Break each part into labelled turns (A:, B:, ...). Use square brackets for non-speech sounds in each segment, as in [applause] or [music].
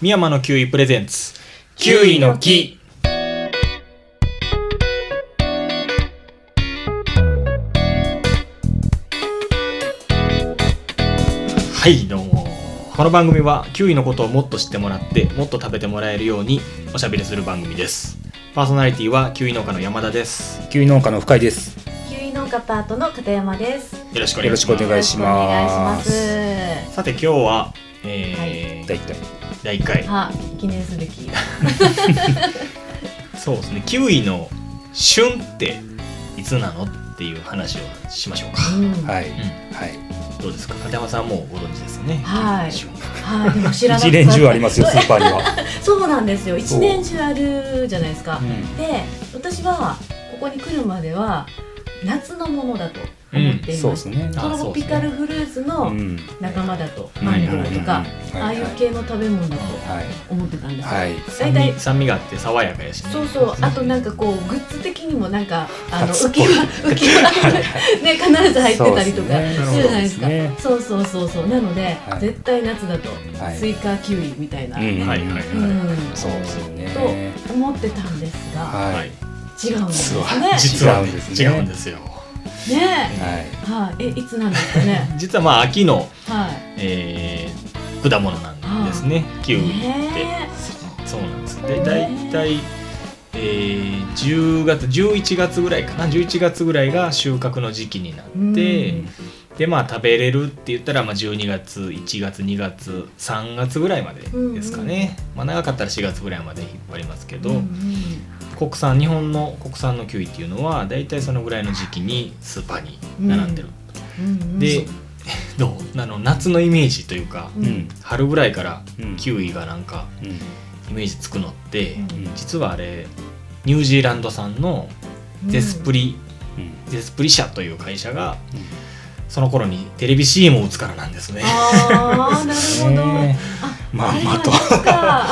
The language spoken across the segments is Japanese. A: 深山のキウイプレゼンツ
B: キウイの木
A: はいどうもこの番組はキウイのことをもっと知ってもらってもっと食べてもらえるようにおしゃべりする番組ですパーソナリティはキウイ農家の山田です
B: キウイ農家の深井です。
C: キウイ農家パートの片山です。
A: よろしくお
B: よ
A: 願い
B: ろ
A: し
B: し
A: ま
B: くお
A: す
B: 願いしま
C: お
B: す。
C: 願いし
A: さて今日は、えー
B: 大体。
A: 第1回
C: ますあ、記念すべき。
A: そうですねキウイの旬っていつなのっていう話をしましょうか、
C: は。
B: はいい。
A: う
B: はい。
A: ん、どうですか片山さんはもうご存知ですよね
C: はい
A: キウイの旬
C: はい、でも知らなか
B: 一
C: った
B: 連中あ
C: [laughs]
B: りますよ、スーパーには。
C: そうなんですよ。一
B: そう
C: 年中あるじゃないですか
B: う。ん
C: で、私はここに来るまでは夏のものだと思ってい
B: そう
C: ま。
B: ですすね。
A: あ
C: トロピカルフルーツ
B: う
C: の
B: ん。
C: 仲間だと、
A: うん
C: マンゴーとか、
B: うん
C: ああいう系の食べ物だと
B: はい。
C: 思ってたんですよ。
B: はい。
A: 酸
C: 大体
A: 味酸味があって爽やかやしね
C: そうそう、あとなんかこうグッズ的にもなんかあの
B: 夏っ
C: 浮
B: ぽい
C: き輪
B: [laughs]
C: 浮き輪ね必ず入ってたりとか
B: そうですね
C: するじゃないですか。そうそうそうそうなので、
B: はい
C: 絶対夏だと、
B: はい
C: スイカキウイみたいな、
B: うん
A: はいはいはい、
C: うん
B: そうですね。
C: と思ってたんですが、
B: はい。
A: はい
C: 違うんですね。
A: 実は
B: 違うんです
A: 違
B: ね
A: うんですよ
C: ねえ、
B: はい。
C: はい、えいつなんですか
B: [laughs]
C: ね。
A: 実はまあ秋の、
C: はい。
A: えー果物なんですねキウイって、
C: ね
A: そうなんですで大体、えー、10月11月ぐらいかな11月ぐらいが収穫の時期になって、
C: うん
A: でまあ食べれるって言ったら、まあ、12月1月2月3月ぐらいまでですかね、まあ、長かったら4月ぐらいまで引っ張りますけ
C: え
A: ど、国産日本の国産のキウイっていうのは大体そのぐらいの時期にスーパーに並んでる、
C: うんうんうん
A: で [laughs] どうあの夏のイメージというか、
C: う
B: うんん。
A: 春ぐらいから
B: うん
A: キウイがなんか
B: うん。
A: イメージつくのって、
B: うん
A: 実はあれニュージーランド産のゼスプリ、
B: うん
A: ゼスプリ社という会社がその頃にテレビ CM を打つからなんですね。
C: ああなるほど。
B: ね
C: あ
B: まあ
C: れ
B: ま
C: な
B: あ
C: ん
B: と
C: ですか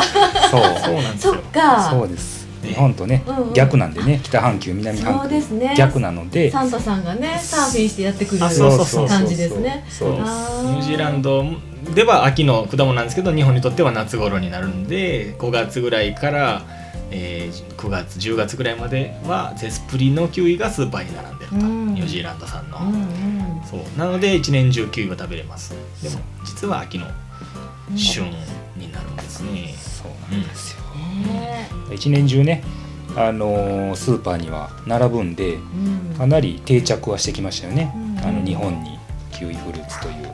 B: そう。
A: うなん
C: そっか。
B: [laughs] そうです。日本とね、逆なんでね、北半球、南
C: そ
B: 半
C: う
B: 球
C: で。すね。
B: 逆なので。
C: サンタさんがね、サーフィンしてやってくる
A: あそうそう
C: 感じですね。
B: そうです。
C: あ
A: ニュージーランドでは秋の果物なんですけど日本にとっては夏頃になるんで5月ぐらいから、えー9月10月ぐらいまではゼスプリのキウイがスーパーに並んでると、
C: うん
A: ニュージーランド産の、
C: うんうん
A: そうなので一年中キウイが食べれますでも実は秋の
C: うん
A: 旬になるんですね、
B: そうなんですよ。
C: ね
B: 一年中ね、あのースーパーには並ぶんで
C: うん
B: かなり定着はしてきましたよね、
C: うん
B: あの日本にキウイフルーツという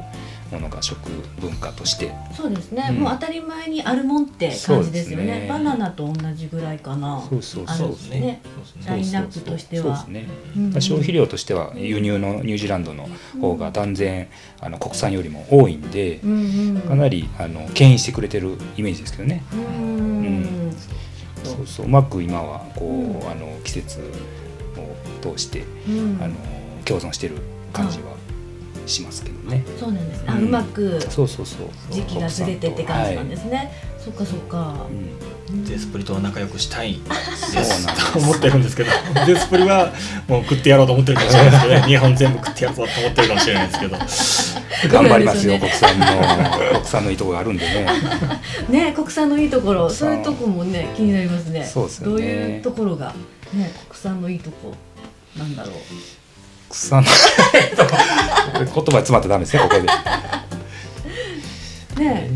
B: ものが食文化として
C: そうですね、
B: うん
C: もう当たり前にあるもんって感じですよね
B: そうですね
C: バナナと同じぐらいかな
B: そうそう
C: あ
B: そ
C: の
B: う
A: です
C: ね
A: そうです
C: ラ
A: ね
C: インナップとしては
B: そうですね
C: うんうん
B: 消費量としては輸入のニュージーランドの方が断然あの国産よりも多いんで
C: うんうん
B: かなりあの牽引してくれてるイメージですけどね
C: うん、
B: ん
C: そう
B: そうそううまく今はこ
C: う
B: う、
C: ん
B: あの季節を通して
C: うん
B: あの共存してる感じはしますけどね。
C: そうなんですね、あ
B: うん
C: うまく
B: そうそうそう。
C: 時期がずれてって感じなんですね、そっかそっか
B: はい。う、ん
A: ゼスプリとは仲良くしたいんで
B: そうなんです
A: すと思ってるんですけど [laughs] ゼスプリはもう食ってやろうと思ってるかもしれないです [laughs] けどね日本全部食ってやろうと思ってるかもしれないですけど
B: 頑張りますよ、
C: [laughs] そう
B: 国産の国産のいいとこがあるんでね。
C: [laughs] ね国産のいいところ
B: 国
C: そう
B: 産
C: いうとこもね気になりますね
B: そうですよ
C: ど
B: ね
C: ういうところがね国産のいいとこなんだろう
B: 国産の [laughs] 言葉詰まったらダメですねここで。
C: ね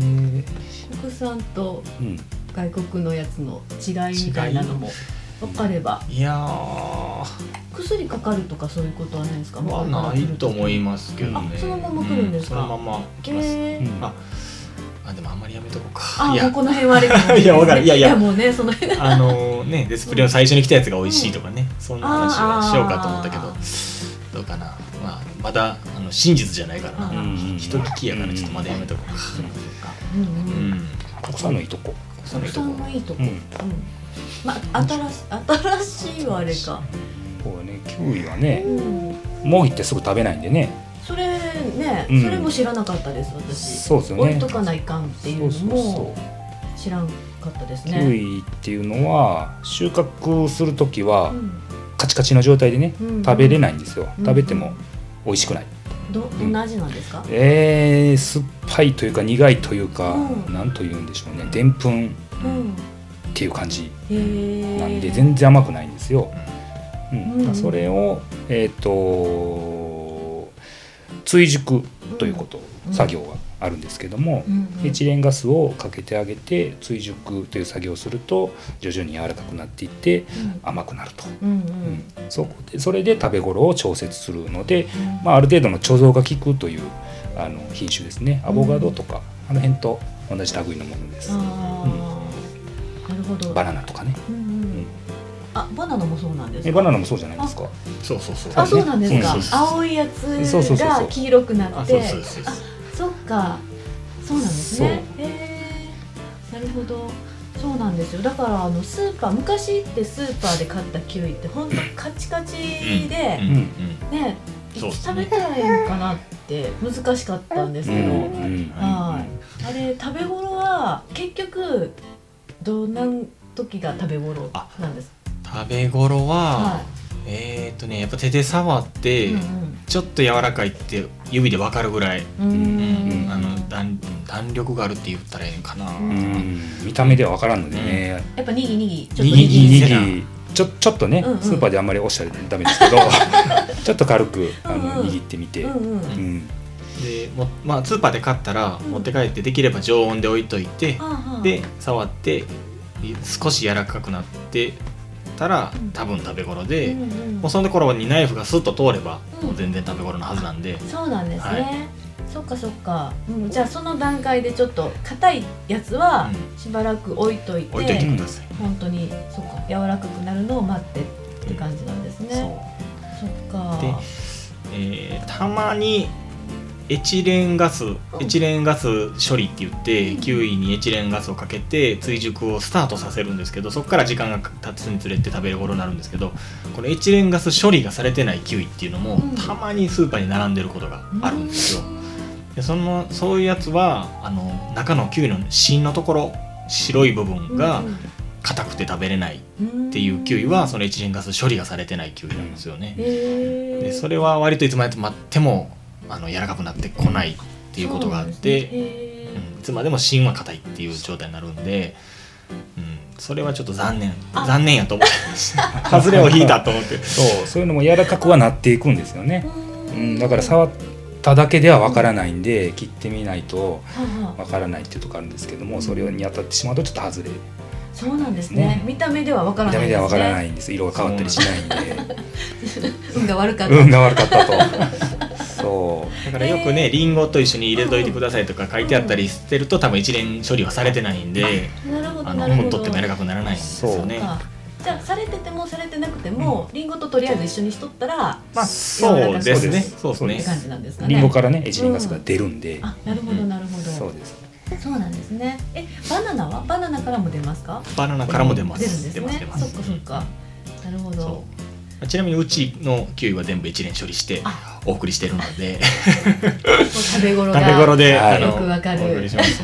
C: 国産と
B: うん
C: 外国のやつの違いみたいなのも分かれば
A: いやー
C: 薬かかるとかそういうことはないですか
A: まあないと思いますけどね
C: あそのまま来るんですか
A: うそのまま来ます、
C: へ
B: う
C: ー
B: ん
A: ああでもあんまりやめとこうかい
C: あもう
A: や
C: この辺はあれかもしれな
A: いやわかるいやいや
C: いやもうねその辺
A: [laughs] あのねデスプレイの最初に来たやつが美味しいとかね、そんな話をしようかと思ったけ
C: あ
A: どどうかな、まあ、まだあの真実じゃないからな、
C: あ
B: ー
A: 人聞きやからちょっとまだやめとこうか、
C: うん
A: う
C: うん
A: ん、
B: 国産のいいとこ。
A: その
C: 国
A: いいとこ
C: 産のいいとこう
B: う
C: んんまあ新し新しいはあれか
B: こうねキウイはね
C: う、ん
B: もう行ってすぐ食べないんでね。
C: それね
B: うん
C: それも知らなかったです私
B: そうですよ
C: 置い
B: ね。
C: とかないかんっていうの
B: そうそうそう
C: も知らんかったです
B: キ
C: ね
B: ウイっていうのは収穫するときは
C: うん
B: カチカチの状態でね
C: うん
B: 食べれないんですよ。
C: うん
B: 食べても美味しくない。
C: どどんな味なんですか、
B: えー、酸っぱいというか苦いというか、
C: うん
B: なんというんでしょうねでんぷんっ
C: うん、
B: ていう感じ
C: へえ
B: なんで全然甘くないんですよ、う
C: うんん
B: だからそれをえっ、と追熟ということ、
C: うん
B: 作業があるんですけども、
C: うんうん
B: エチレンガスをかけてあげて追熟という作業をすると徐々に柔らかくなっていって甘くなると、
C: うんうん
B: う
C: うんん
B: そこでそれで食べ頃を調節するので、まあ、ある程度の貯蔵が効くというあの品種ですねアボガドとか、あの辺と同じ類のものです、
C: あーなるほど
B: バナナとかね
C: うんうんあバナナもそうなんです
B: え
C: か
B: バナナもそうじゃないですか
A: そうそうそう
C: あそうなんですか、
A: そうそうそう
C: 青いやつ
B: そうそうそうそ
C: が
B: う
C: 黄色くな
A: あ
C: っ
A: そう
C: て
A: そうそうそう
C: そっかそうなんですねへえなるほどそうなんですよだからあのスーパー昔ってスーパーで買ったキウイってほんとカチカチで、
A: うんうんうん
C: ねい
A: そうっ
C: つ
A: す
C: 食
A: ね
C: べたらいいのかなって難しかったんです
B: うん
C: けど、
B: うん
C: はいあれ食べ頃は結局どんな時が食べ頃なんです
A: 食べ頃
C: か
A: は、
C: は
A: えっ、とねやっぱ手で触っ
C: い
A: て、
C: うん
A: ちょっと柔らかいって指で分かるぐらい、
C: うんう
A: うん
C: ん
A: あの弾弾力があるって言ったらいいのかな、
C: う
B: うん見た目では分からんのでね、
C: やっぱにぎにぎちょっと
A: にぎ
B: にぎ
A: にぎ
B: に
A: せな
B: ぎちょちょっとね、
C: うんうん
B: スーパーであんまりおっしゃれダメで
C: [laughs]
B: すけどちょっと軽くあの、
C: うんうん
B: 握ってみて、
C: う
B: うんん
C: うん
A: でもまあスーパーで買ったら
C: うん
A: 持って帰ってできれば常温で置いといて、
C: ああ
A: で触って少し柔らかくなってたら
C: うん
A: 多分食べ頃
C: う
A: で、
C: んうん
A: もうその頃にナイフがスッと通れば、
C: うん
A: もう全然食べ頃のはずなんで
C: そうなんですね、
A: は
C: そっかそっか、うん、じゃあその段階でちょっと硬いやつは
A: う
C: しばらく置いといて、
A: 置いといてください、
C: 本当にそっか柔らかくなるのを待ってって感じなんですね、
A: そう
C: そっか
A: でえーたまにエチレンガスエチレンガス処理って言って、
C: うん
A: キウイにエチレンガスをかけて追熟をスタートさせるんですけどそこから時間が経つにつれて食べ頃になるんですけどこのエチレンガス処理がされてないキウイっていうのも、
C: うん
A: たまにスーパーに並んでることがあるんですよ。でそのそういうやつはあの中のキウイの芯のところ白い部分が硬くて食べれないっ
C: って
A: いうキウイはそのエチレンガス処理がされてないキウイなんですよね。
C: へ
A: で
C: え
A: それは割といつまで待ってもあの柔らかくなってこないっていうことがあっ
C: そうなんです
A: て、
C: ねへ
A: う
C: ー
A: ん、いつまでも芯は硬いっていう状態になるんで、うん、それはちょっと残念
C: あ
A: 残念やと思って
C: [laughs]
A: 外れを引いたと思って
B: そうそういうのも柔らかくはなっていくんですよね、
C: う
B: うんん、だから触っただけでは分からないんで切ってみないと
C: はあはあ
B: 分からないっていうところあるんですけどもそれに当たってしまうとちょっと外れ
C: そうなんですね
B: ね
C: 見た目ではわから
B: 見
C: な
B: た
C: い
B: 目では分からないいんです色が変わったりしないんで
C: 運が悪か
B: [laughs]
C: った、
B: 運が悪かったとそ
A: だからよくねりんごと一緒に入れといてくださいとか書いてあったりしてると多分一連処理はされてないんで、
C: なるほど
A: あ
C: な
A: の
C: るほ
A: もう
C: ど
A: 取っても柔らかくならないんですよね
C: そう。かじゃあされててもされてなくても、リンゴととりあえず一緒にしとったら
A: まあそうですねそうです
C: っ
A: ね
C: て。感じなんですか
B: う
C: ね。
B: リンゴからねエチレンガスが出るんで、
C: あなるほどなるほど。
B: そう
C: そ
B: です
C: うなんですね。えバナナはバナナからも出ますか？
A: バナナからも出ま。
C: 出るんですす
A: 出ます出
C: ね。
A: ま
C: そっ
A: す。
C: かそっか。なるほ
A: そ
C: ど。
A: うちなみにうちのキウイは全部一連処理して
C: あ
A: お送りしてるので。
C: こう食べ [laughs] 頃が
A: 食べ頃で、
B: はい
A: あの
C: よくわかる
A: お送りします
C: [laughs]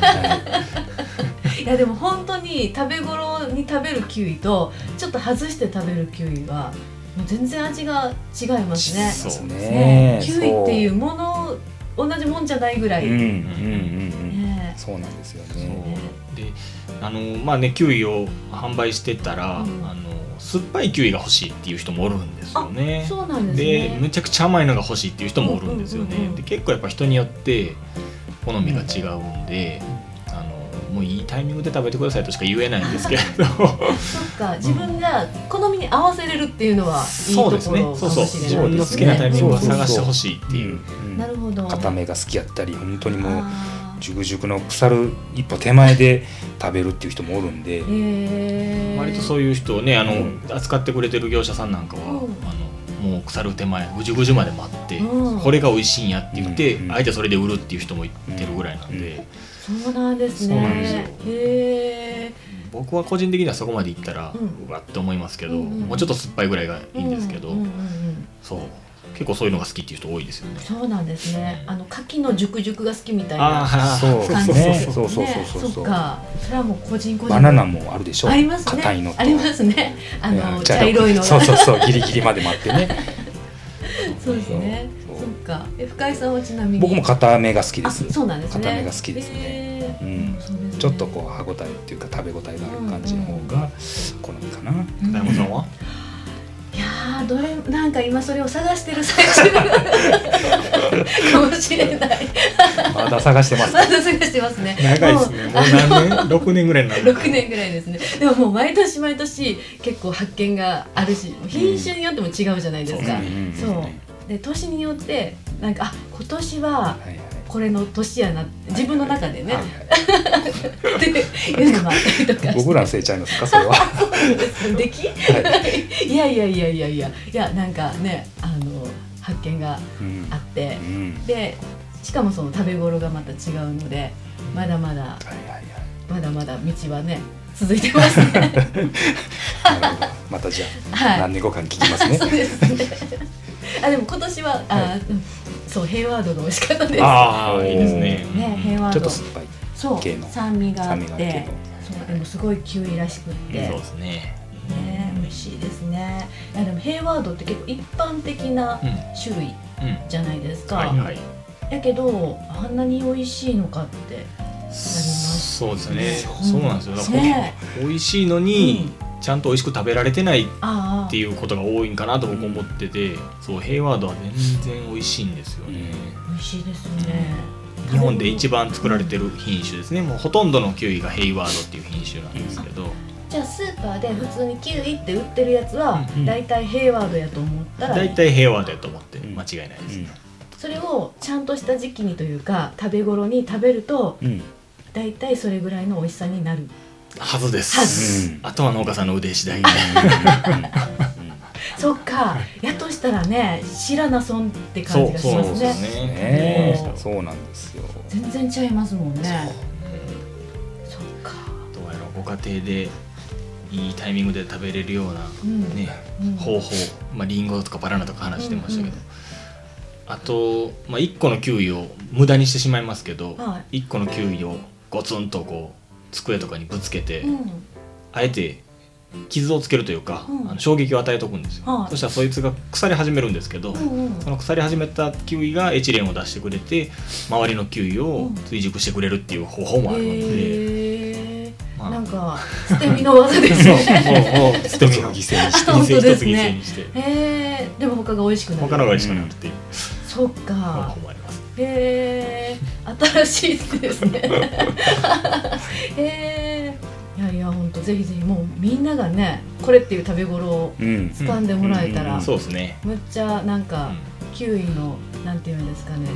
C: いやでも本当に食べ頃に食べるキウイとちょっと外して食べるキウイはもう全然味が違いますね。
A: そう
B: そう
C: ね
B: ね
C: キウイっていうもの同じもんじゃないぐら
B: そ
C: い。
B: ううんうん
C: ね
B: うんうんそうなんですよね
A: そうであのまあねキウイを販売してたら、
C: うん
A: あの酸っぱいキウイが欲しいっていう人もおるんですよね
C: そうなんです
A: で
C: ね。
A: むちゃくちゃ甘いのが欲しいっていう人もおるんですよね、
C: うんうんうんうん
A: で結構やっぱ人によって好みが違うんで、あのもういいタイミングで食べてくださいとしか言えないんですけれど
C: そっか自分が好みに合わせれるっていうのはいいと
A: そうです
C: こ
A: ね
C: ろか
A: そう
C: も
A: そう
C: し
A: 自
C: れない
A: 分の
C: で
A: 好
C: す
A: き
C: ね。
A: なタイミングを
B: そうそう
A: 探してほしいっていう。
B: うん
C: なるほど。
B: 固めが好きやったり本当にもう
C: あー
B: 熟々の腐る一歩手前で食べるっていう人もおるんで、
C: へえ。
A: 割とそういう人をねあの、
B: うん
A: 扱ってくれてる業者さんなんかは、
C: うん
A: あのもう腐る手前ぐじゅぐじゅまで待って、
C: うん
A: これが美味しいんやって言って、
B: うん
A: あえてそれで売るっていう人もいってるぐらいなんで、
B: うん
C: そうなんですね。
B: そうなんですよ
C: へえ。
A: 僕は個人的にはそこまでいったら、
C: う
A: うわって思いますけど、
C: うんうん
A: もうちょっと酸っぱいぐらいがいいんですけど、
C: ううんうんうん
A: そう結構そういうのが好きっていう人多いですよね。
C: そうなんですね。あの牡蠣の熟熟が好きみたい
A: あ
C: な
A: あ
B: そう
C: 感じ
B: ね
C: ですよ
B: そうそうそうそう
C: ねそっか。それはもう個人個人。
B: バナナもあるでしょ
C: あります
B: 硬いの
C: ね。
B: と
C: ありますね。あ
B: う
C: の
B: ん
C: 茶色いのが。
B: そうそうそうギリギリまで待ってね
C: そうですね。そ
B: そ
C: うう
B: そう
C: かえ深井さんはちなみに
B: 僕も固めが好きで
C: あ
B: す、
C: そうなんですね
B: 固めが好きですね
C: へー
B: うん
C: そうですね
B: ちょっとこう歯ごたえっていうか食べ応えがある感じの方が好みかな、
C: うん
A: 大門さんはい
C: やーどれなんか今それを探してる最中かもしれ
B: [laughs]
C: ない
B: まだ探してます
C: まだ探してますね
A: 長いですねもう何年
C: [laughs]
A: 六年ぐらいになる
C: 6年ぐらいですねでももう毎年毎年結構発見があるし品種によっても違うじゃないですか、
B: うん
C: そうで年によってなんかあ今年は
B: はいはい
C: これの年やなって自分の中でね、 [laughs]
B: はい
C: っていうのもあったりとか
B: は
C: して
B: い [laughs] 僕らのせいちゃいますかそれは、は
C: でき
B: い
C: いやいやいやいやいやいやなんかねあの発見が
B: うん
C: あって
B: うん
C: でしかもその食べ頃がまた違うのでまだまだ
B: はいは
C: ま
B: いはい
C: だまだ道はね続いてます
B: [laughs]
C: ね
B: なるほどまたじゃあ、
C: はい
B: 何年後かに聞きますね
C: そ。うですね [laughs] あでも今年は
B: は
C: あうんそうヘイワードが美味しかったです
A: ああいいですね
B: うん
C: ねヘイワード
B: ちょっと酸っぱい
C: そう
B: 系の
C: 酸味があっ
B: 酸味がある
C: て
B: けど。
C: そうでもすごいキウイらしくっ
A: うん
C: て
A: そうですね
C: ね美味しいですねいやでもヘイワードって結構一般的な
A: うん
C: 種類
A: うん
C: じゃないですか、
A: はいはい
C: やけどあんなに美味しいのかってす
A: そうですね
C: そ
A: そううなんですよだから
C: ね
A: 美味しいのに、ちゃんと美味しく食べられてないっ
C: ああ
A: ていうことが多いんかなと僕思っててそうヘイワードは全然美味しいんですよね、
C: 美味しいですね
A: 日本で一番作られてる品種ですねもうほとんどのキウイがヘイワードっていう品種なんですけど、
C: じゃあスーパーで普通にキウイって売ってるやつは
A: うんうん
C: だいたいヘイワードやと思ったら
A: 大体ヘイワードやと思って
B: うん
A: 間違いないです、
C: それをちゃんとした時期にというか食べ頃に食べると
B: うんうん
C: だいたいそれぐらいの美味しさになる
A: はずです
C: は
B: ず
A: あとは農家さんの腕次第で、
C: そっかやとしたらね知らな損って感じがします
A: そうで
C: ね
A: すね
B: ね
C: ね
B: えそうなんですよ。
C: 全然ちゃいますもんねそっか
A: どうやろうご家庭でいいタイミングで食べれるような
C: うん
A: ね、
C: うん
A: 方法、まあ、リンゴとかバナナとか話してましたけど、あと、まあ、1個のキウイを無駄にしてしまいますけど、
C: は
A: 一1個のキウイをゴツンとこう机とかにぶつけて、
C: うん
A: あえて傷をつけるというか、
C: うん
A: あの衝撃を与えとくんですよ、
C: はい
A: そしたらそいつが腐り始めるんですけど、
C: うんうん
A: その腐り始めたキウイがエチレンを出してくれて周りのキウイを追熟してくれるっていう方法もあるので、
C: へえ
A: まあ
C: なんか捨て身の技で
A: [laughs]
C: すね。
A: もうもう
B: 一
A: 一
B: つ
A: つ
B: の
A: の
B: 犠
A: 犠
B: 牲にし
C: 本
A: 牲
C: 当
A: 一
C: で
A: つ
C: す
A: 犠
C: ね
A: 牲にして
C: へえでも他が美味しくなる。
A: 他のが一緒になるっていう
C: そっ
A: 方
C: か
A: 法。もあります、
C: へえ新しいですね。 [laughs] へえいやいや本当ぜひぜひもうみんながねこれっていう食べ頃を
B: うん
C: 掴んでもらえたら、
B: うんうん
A: そうですね、
C: むっちゃなんかキウイのなんていうんですかね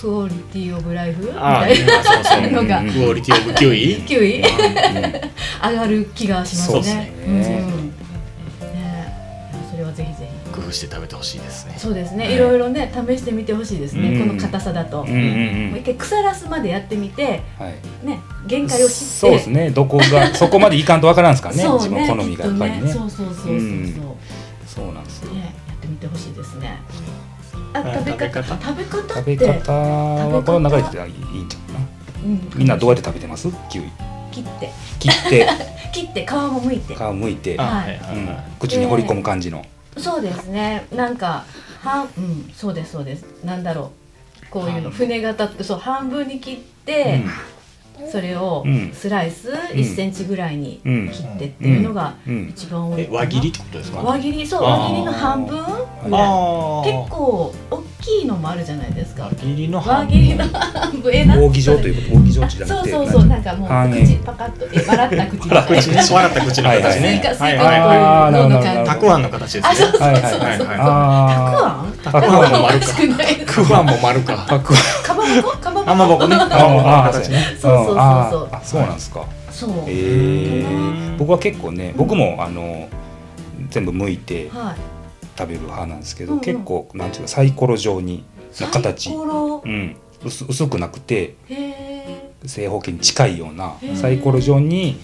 C: クオリティオブライフみ
A: ああ
C: た
A: ー
C: いな
A: そうそう
C: のが
A: クオリティオブキウイ
C: キウイ
B: う
C: 上がる気がしますね。
A: そうですね
C: うんねえそれはぜひぜひ。
A: 工夫して食べてほしいですね
C: そうですね、
A: はい
C: い、ろいろね試してみてほしいですね、
B: うん
C: この硬さだと、
B: んうんうんう
C: もうん一回腐らすまでやってみて
B: はい。
C: ね限界を知って
B: そうですね。どこ [laughs] がそこまでいかんとわからんすからね。
C: そう
B: 自分の好みがやっぱり
C: きと
B: ね。
C: そうそうそうそうそう、
B: うん
C: ね
B: そうなんですよ。
C: やってみてほしいですねあ
A: あ
C: 食べ方食
A: 食
C: べ方っ
B: 食
C: て
B: べ方はこの中でいいんちゃうかな。
C: うん、
B: みんなどうやって食べてます？キウイ。
C: 切って
B: 切 [laughs] って
C: 切って皮も剥いて
B: 皮むいて、
A: あ
B: う
A: はいはい
B: ん
A: は
B: 口に放り込む感じの。
C: そうですねなんかはうんそうですそうですなんだろうこういうの
A: 半
C: 船型ってそう半分に切っ
B: う
C: て
B: ん、
C: それを
B: うん
C: スライス1センチぐらいに
B: うん
C: 切ってっていうのが
B: うん。
C: 一番多
A: い
C: い
A: え
C: かな
A: 輪切りってことですか
C: 輪切りそう
A: あー
C: 輪切りの半分ぐらい
A: あ
C: 結構大きいのもあるじゃないですか
A: 輪切りの
C: 輪
A: 半
C: 切りの半分えな
B: 扇状と
C: う
B: いうこと扇状地じゃな
C: そ
B: く
C: う
B: て
C: そうそうなんかもう
B: 半円
C: 口パカッとえ笑った口とか
A: 口
C: スイ
A: ね [laughs] 笑った口の
B: はいはい
A: 形ね
C: カスイカ
A: はい
C: っ
A: はい
B: あー
C: ぽいのの
B: なるほどなるほ
C: 感
B: ど
C: じ
A: たくあんの形ですね
C: あそうそう
B: はいはい
A: はいはい
C: たく
B: あ
C: あん
A: たくあんも丸か
C: 少ない
A: たくあんも丸か
B: あく
C: かまぼこかまぼ
A: か
C: こ
A: まぼこね
B: あああ
A: 形ね
C: そうそうそうそう
B: ああそうなんですか
C: そう
A: う
B: ええ
A: ん
B: 僕は結構ね僕もあの全部剥いて
C: はい
B: 食べる派なんですけ
C: うん
B: ど
C: うん
B: 結構なんていうかサイコロ状にの形
C: サイコロ
B: うん薄薄くなくて
C: へえ
B: 正方形に近いような
C: へー
B: サイコロ状に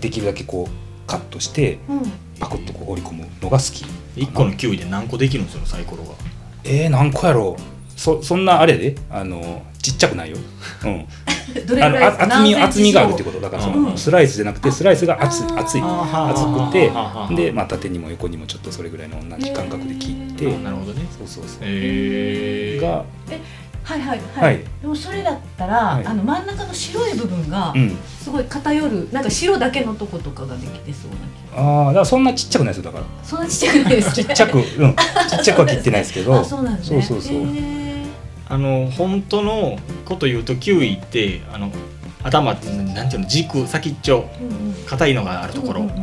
B: できるだけこうカットして
C: うん
B: パクッとこう折り込むのが好き
A: 一個のキウイで何個できるんですよサイコロが
B: えー、何個やろうそそんなあれやであのちっちゃくないよ、うん、
C: どれ
B: あ
C: ぐ
B: の
C: らい
B: あ厚み
C: 何
B: 厚
C: センチ
B: み
C: 以
B: が
C: 上
B: あるってことだからそ
A: うん
B: のスライスじゃなくてスライスが厚
C: あー
B: 厚い厚
A: あ
B: くてで、
A: ま
B: まあ、縦にも横にもちょっとそれぐらいの同じ感覚で切って
C: へ
A: あ、なるほどね
B: そうそうそう
A: えー、
B: が、
C: はいはいはい、
B: はい
C: でもそれだったら、
B: はい
C: あの真ん中の白い部分が
B: うん、
C: すごい偏るなんか白だけのとことかができてそうな気
B: ああだからそんなちっちゃくないですよだから
C: がそんなちっちゃくないです
B: ち
C: ね
B: っちゃく、うん、ちっちゃくは切ってないですけど
C: あそうなんですね
B: そうそうそう
C: へー
A: あの本当のこと言うとキウイってあの頭ってなんていうの軸先っちょ
C: うんうん
A: 硬いのがあるとこ
C: うん
A: ろ
C: うんうんうん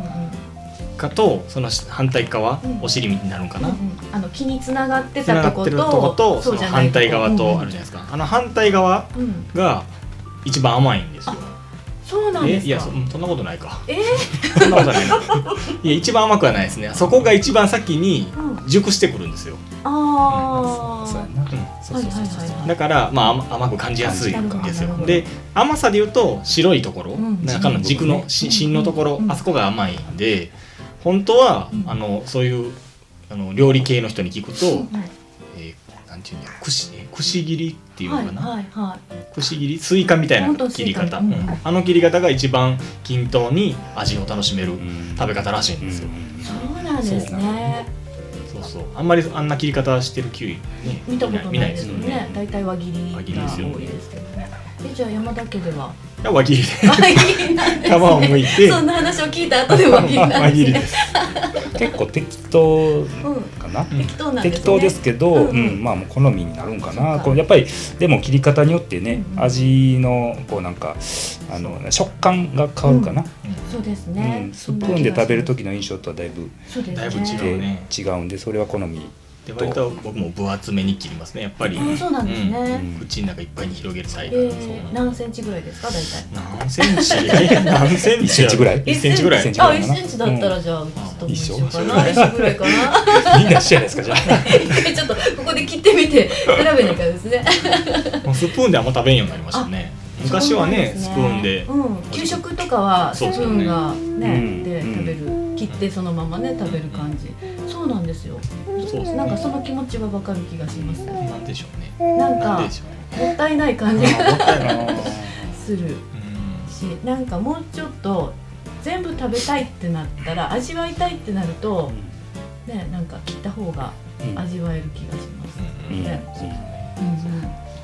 A: かとその反対側、
C: うん
A: お尻になるのか
C: う
A: な、
C: んうんあの気につながって
A: つな
C: た
A: がっ
C: とこ
A: て
C: と
A: るとことそ
C: そう
A: の
C: じゃない
A: 反
C: とこ
A: 対側とあるじゃないですか、あの反対側
C: うんうん
A: が一番甘いんですよ
C: そうなん
A: え
C: ですか
A: いやそ,、うん、そんなことないか
C: え
A: そんなことないないや一番甘くはないですねそこが一番先に
C: ーうん、
A: 熟してくるんですよ
C: あ
B: そうや
C: ー
B: な、
A: ん
B: そうそうそうそう、
C: はいはいはい
A: だから、まあ、甘甘く感じやすいんです
C: なる
A: よ
C: ほど
A: で甘さで言うと白いところ、
C: うん
A: 中の軸の
B: うん
A: し芯のところ、
C: うん
A: あそこが甘いんで本当は、
C: うん
A: あのそういうあの料理系の人に聞くと、
C: うんうん
A: えーなんていうんやくしえーくし切りっていうの
C: は
A: か
C: い
A: な、
C: はいはい
A: くし切りスイカみたい
C: 本当
A: な
C: にス
A: 切
C: イ
A: り
C: カみた
A: 方、
C: い
A: うん
C: うん
A: あの切り方が一番均等に味を楽しめる
B: うん
A: 食べ方らしいんですよ、
C: そうなんです
B: そう
C: ね。
A: そうそうあんまりあんな切り方してるキウイ、ね、
C: 見たこと
A: 見
C: な
A: ない
C: い
A: で
C: ですす
A: よ
C: よ
A: ね
C: ね。大体輪切りが
A: 輪
C: 多い
A: 切り
C: で
A: ですすよね
C: けどね。えじゃあ山田家で [laughs] は
A: いや輪切りで
C: 輪切りなんですね。
A: 皮を剥いて
C: そんな話を聞いた後で輪切りなんですね。 [laughs]
A: す。
B: 結構適当
C: うん
B: かな、
C: 適当なんですね。
B: 適当ですけど、
C: うんう
B: うんんまあもう好みになるんか
C: そう
B: な
C: か
B: こうやっぱりでも切り方によってね、
C: うん
B: 味のこうなんかあの食感が変わるかな、
C: そうです
B: うん
C: ね。
B: スプーンで食べる
C: と
B: 時の印象とはだいぶ
C: そうですね。
A: だいぶ違
B: で
A: うね
B: 違うんでそれは好み [laughs]
A: で割と僕も分厚めに切りますねやっぱり、
C: あそうなんですね。
A: うん口の中いっぱいに広げるサイ
C: え
A: ズ、
C: ー何センチぐらいですか大体。
A: 何センチ [laughs] 何センチ
B: 1センチぐらい
A: 1センチぐら
B: 1セ
A: い
B: ンチぐら
C: あ
B: い
C: 一
B: かな
C: センチだったらじゃあうちとも一緒かな。
A: うん
C: 一緒ぐらいかな。
B: みんな一緒じゃないですかじゃ
C: [laughs]
B: あ
C: ちょっとここで切ってみて選べないからですね。
A: もうスプーンであんま食べんようになりましたね昔はねスプーンで、
C: うん、給食とかはスプ
A: そうそう
C: ーンがね
B: うん
C: で食べる、切ってそのままね食べる感じそうなんですよ
A: そうですね
C: なんかその気持ちはわかる気がしますな
A: なんでしょうね
C: ん
A: な
C: か
A: ん
C: も
A: でしょうね
C: ったいない感じが
A: あもったいない
C: するしなんかもうちょっと全部食べたいってなったら味わいたいってなるとねなんか切った方が
B: うん
C: 味わえる気がします、
A: うん
B: うん
A: うん
B: うん
C: うんうん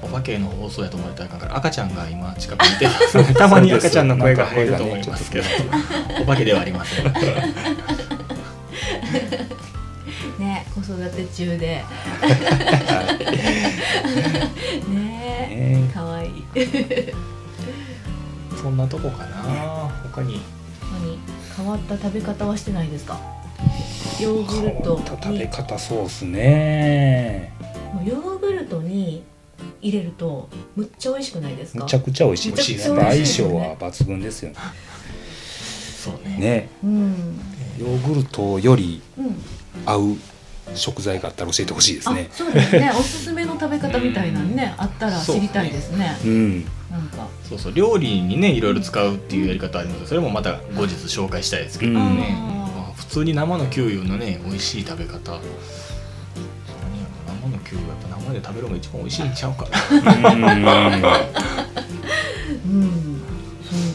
A: お化けの放送やと思ったらあかんから赤ちゃんが今近くにいてます [laughs] たまに赤ちゃんの声が入ると思いますけどお化けではありません
C: ね子育て中でね
B: ね
C: 可愛い
A: そんなとこかな他に
C: 何変わった食べ方はしてないですかヨーグルト
B: 変わった食
C: に
B: べ方そうっすね
C: もうヨーグルトに入れるとむっちゃ美味しくないですか
B: むちゃくちゃ美味しい
A: むちゃく
B: し
A: ち
B: や
A: ゃ
B: っ
A: 美
B: ぱ相
A: 味しい
B: 性は抜群ですよね
A: そう
B: ね
C: うん、
B: ヨーグルトより
C: うん、
B: 合う食材があったら教えてほしいです
C: あ
B: ね
C: そうですねおすすめの食べ方みたいなのねあったら知りたいですね
B: うん
C: なんか
A: そうそう料理にねいろいろ使うっていうやり方ありますそれもまた後日紹介したいですけどね、
B: うん
A: まあ、普通に生のキウイのね美味しい食べ方何やろ生のキウイはやっぱ生で食べるのが一番美味しいんちゃうかな
B: うん
C: うん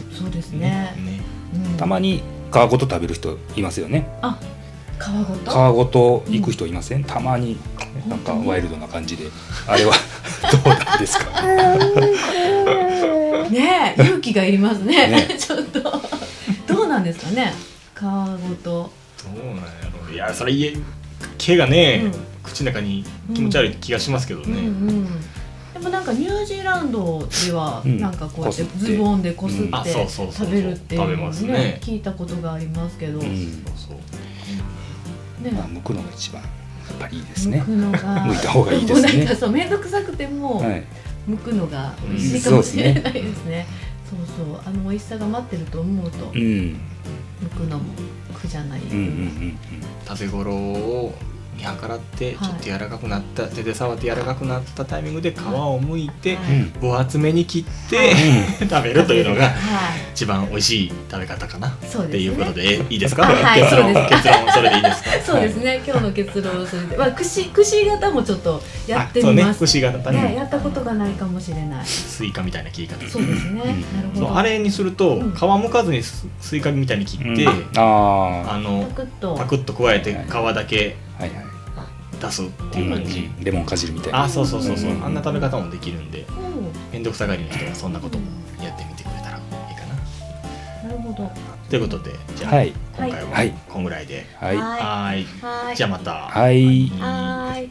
C: そうそうですね、
A: ね
C: うん、
B: たまに皮ごと食べる人いますよね
C: あ皮ご
B: 皮
C: と
B: ごと行く人いませんたまになんかワイルドな感じであれは [laughs] どうなんですか
C: ねえ勇気がいりますね
B: ね
C: ちょっとどうなんですかね皮ごと
A: どうなんやろいやそれ家毛がね、
C: うん
A: 口の中に気持ち悪い気がしますけどね、
C: うんうん、でもなんかニュージーランドでは
B: うん
C: なんかこうやって
B: こすって
C: ズボンでこすっ
B: うん
A: あ
C: て
A: そうそうそうそう
C: 食べるっていうの
A: 食べ
C: を
A: ます
C: ね
A: ね
C: 聞いたことがありますけど、
B: う
C: ね
B: ん
A: そう
B: まあ剥くのが一番やっぱりいいですね
C: 剥くのが
B: 剥いた方がいいですね
C: もうなんかそう面倒くさくても
B: はい
C: 剥くのが美味しいかもしれない
B: うんそうですね
C: ですね。そうそうあの美味しさが待ってると思うと
B: う
C: 剥
B: ん
C: くのも苦じゃない。
B: うんうんうんうん
A: 食べ頃を見計らってち
C: はい
A: ょっと柔らかくなった、手で触って柔らかくなったタイミングで皮を剥いて、
C: は
B: う
C: い
B: ん
A: 分厚めに切って、 [laughs] 食べるというのが
C: は
A: 一番美味しい食べ方かな、
C: い、そう
A: ってい
C: で
A: う
C: す
A: こと
C: ね。
A: でえいいですか、
C: あはい
A: 結論
C: そうです
A: 結論それでいいですか
C: そうですね。今日の結論それで、まあ串串型もちょっとやってみ
A: あそう
C: ま
A: ね
C: す。
A: 串型
C: ね、
A: ね
C: やったことがないかもしれない。
A: スイカみたいな切り方
C: そうですね。なるほ
A: そう
C: ど。
A: あれにすると皮
C: うん
A: むかずにススイカみたいに切って、
B: うん
A: あ
B: あ
C: パ
A: の
C: クッと。
A: パクッと加えて皮だけ
B: あはいはい
A: 出すっていう感じ、
B: うんレモンかじるみたいな
A: あそうそうそうそう、
B: うん
A: あんな食べ方もできるんで
C: うん
A: 面倒くさがりの人はそんなこともやってみてくれたらいいかな
C: なるほど。
A: ということでじゃあ、
B: はい
A: 今回
B: は
A: はいこんぐらいで、
B: はい
C: は
A: はーい
C: はーい。
A: じゃあまた
B: はい
C: はーい。